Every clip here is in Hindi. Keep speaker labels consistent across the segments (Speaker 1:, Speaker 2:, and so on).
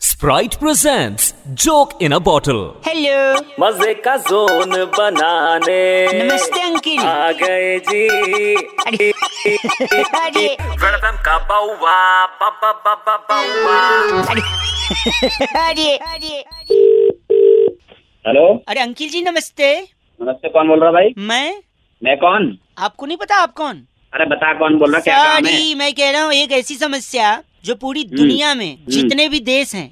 Speaker 1: Sprite presents Joke in a Bottle.
Speaker 2: Hello
Speaker 3: मजे का जोन बनाने
Speaker 2: नमस्ते अंकिल
Speaker 4: Ah.
Speaker 3: आ गए जी
Speaker 2: अरे अरे
Speaker 3: वेलकम का बाउवा बा बा बा बा बाउवा
Speaker 2: अरे अरे
Speaker 4: हेलो
Speaker 2: अरे अंकिल जी नमस्ते
Speaker 4: नमस्ते कौन बोल रहा भाई
Speaker 2: मैं
Speaker 4: मैं कौन
Speaker 2: आपको नहीं पता आप कौन
Speaker 4: अरे बता कौन बोल रहा क्या काम है हम्म,
Speaker 2: सॉरी मैं कह रहा हूँ एक ऐसी समस्या जो पूरी दुनिया में जितने भी देश हैं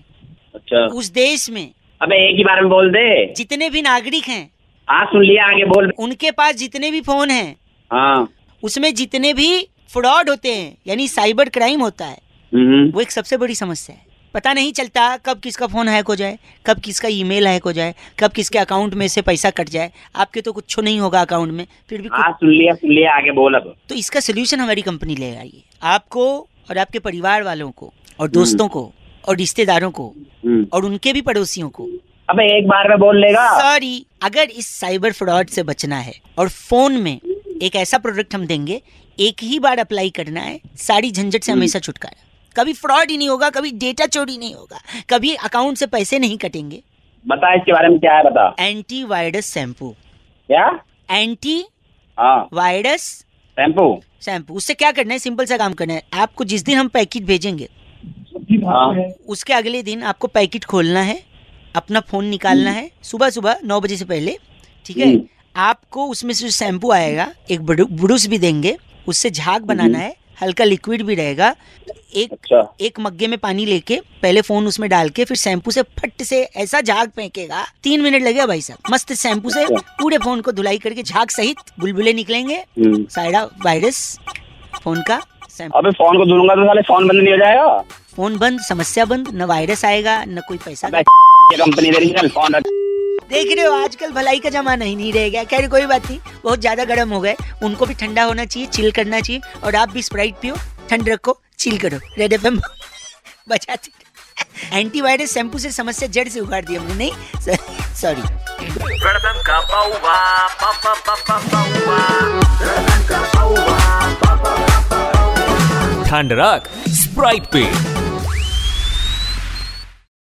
Speaker 4: अच्छा
Speaker 2: उस देश में
Speaker 4: अबे एक ही बार में बोल दे
Speaker 2: जितने भी नागरिक हैं
Speaker 4: हाँ सुन लिया आगे बोल
Speaker 2: उनके पास जितने भी फोन हैं
Speaker 4: हाँ
Speaker 2: उसमें जितने भी फ्रॉड होते हैं यानी साइबर क्राइम होता है
Speaker 4: हम्म,
Speaker 2: वो एक सबसे बड़ी समस्या है पता नहीं चलता कब किसका फोन हैक हो जाए कब किसका ईमेल हैक हो जाए कब किसके अकाउंट में से पैसा कट जाए आपके तो कुछ नहीं होगा अकाउंट में फिर भी
Speaker 4: हाँ
Speaker 2: कुछ
Speaker 4: सुन लिया सुन लिया आगे बोल अब
Speaker 2: तो इसका सोल्यूशन हमारी कंपनी ले आई है आपको और आपके परिवार वालों को और दोस्तों को और रिश्तेदारों को
Speaker 4: हम्म,
Speaker 2: और उनके भी पड़ोसियों को
Speaker 4: अबे एक बार में बोल लेगा
Speaker 2: सॉरी अगर इस साइबर फ्रॉड से बचना है और फोन में एक ऐसा प्रोडक्ट हम देंगे एक ही बार अप्लाई करना है सारी झंझट से हमेशा छुटकारा कभी फ्रॉड ही नहीं होगा कभी डेटा चोरी नहीं होगा कभी अकाउंट से पैसे नहीं कटेंगे
Speaker 4: बता इसके बारे में क्या है बता
Speaker 2: एंटी वायरस शैम्पू
Speaker 4: क्या
Speaker 2: एंटी
Speaker 4: हाँ
Speaker 2: वायरस
Speaker 4: शैम्पू
Speaker 2: शैम्पू उससे क्या करना है सिंपल सा काम करना है आपको जिस दिन हम पैकेट भेजेंगे
Speaker 4: हाँ
Speaker 2: उसके अगले दिन आपको पैकेट खोलना है अपना फोन निकालना है सुबह सुबह नौ बजे से पहले ठीक है
Speaker 4: हम्म।
Speaker 2: आपको उसमें से जो शैम्पू आएगा एक ब्रू- ब्रूस भी देंगे उससे झाग बनाना है हल्का लिक्विड भी रहेगा तो एक
Speaker 4: अच्छा
Speaker 2: एक मग्गे में पानी लेके पहले फोन उसमें डाल के फिर शैम्पू से फट से ऐसा झाग फेंकेगा तीन मिनट लगेगा भाई साहब मस्त शैम्पू से पूरे फोन को धुलाई करके झाग सहित बुलबुले निकलेंगे
Speaker 4: अच्छा। हम्म।
Speaker 2: साइडा वायरस फोन का शैम्पू
Speaker 4: अबे फोन को धुलूंगा तो साले फोन बंद नहीं हो जाएगा
Speaker 2: फोन बंद समस्या बंद न वायरस आएगा न कोई पैसा
Speaker 4: अबे ये कंपनी दे रही है, चल फोन रख
Speaker 2: देख रहे हो आजकल भलाई का जमाना ही नहीं रह गया खैर कोई बात नहीं बहुत ज्यादा गर्म हो गए उनको भी ठंडा होना चाहिए चिल करना चाहिए और आप भी स्प्राइट पियो ठंड रखो चिल करो रेड एफ एम बचाते एंटीवायरस शैम्पू से समस्या जड़ से उगाड़ दी हमने नहीं सॉरी
Speaker 3: वेलकम का बाउवा बा बा बा बा बाउवा
Speaker 1: ठंड रख स्प्राइट पे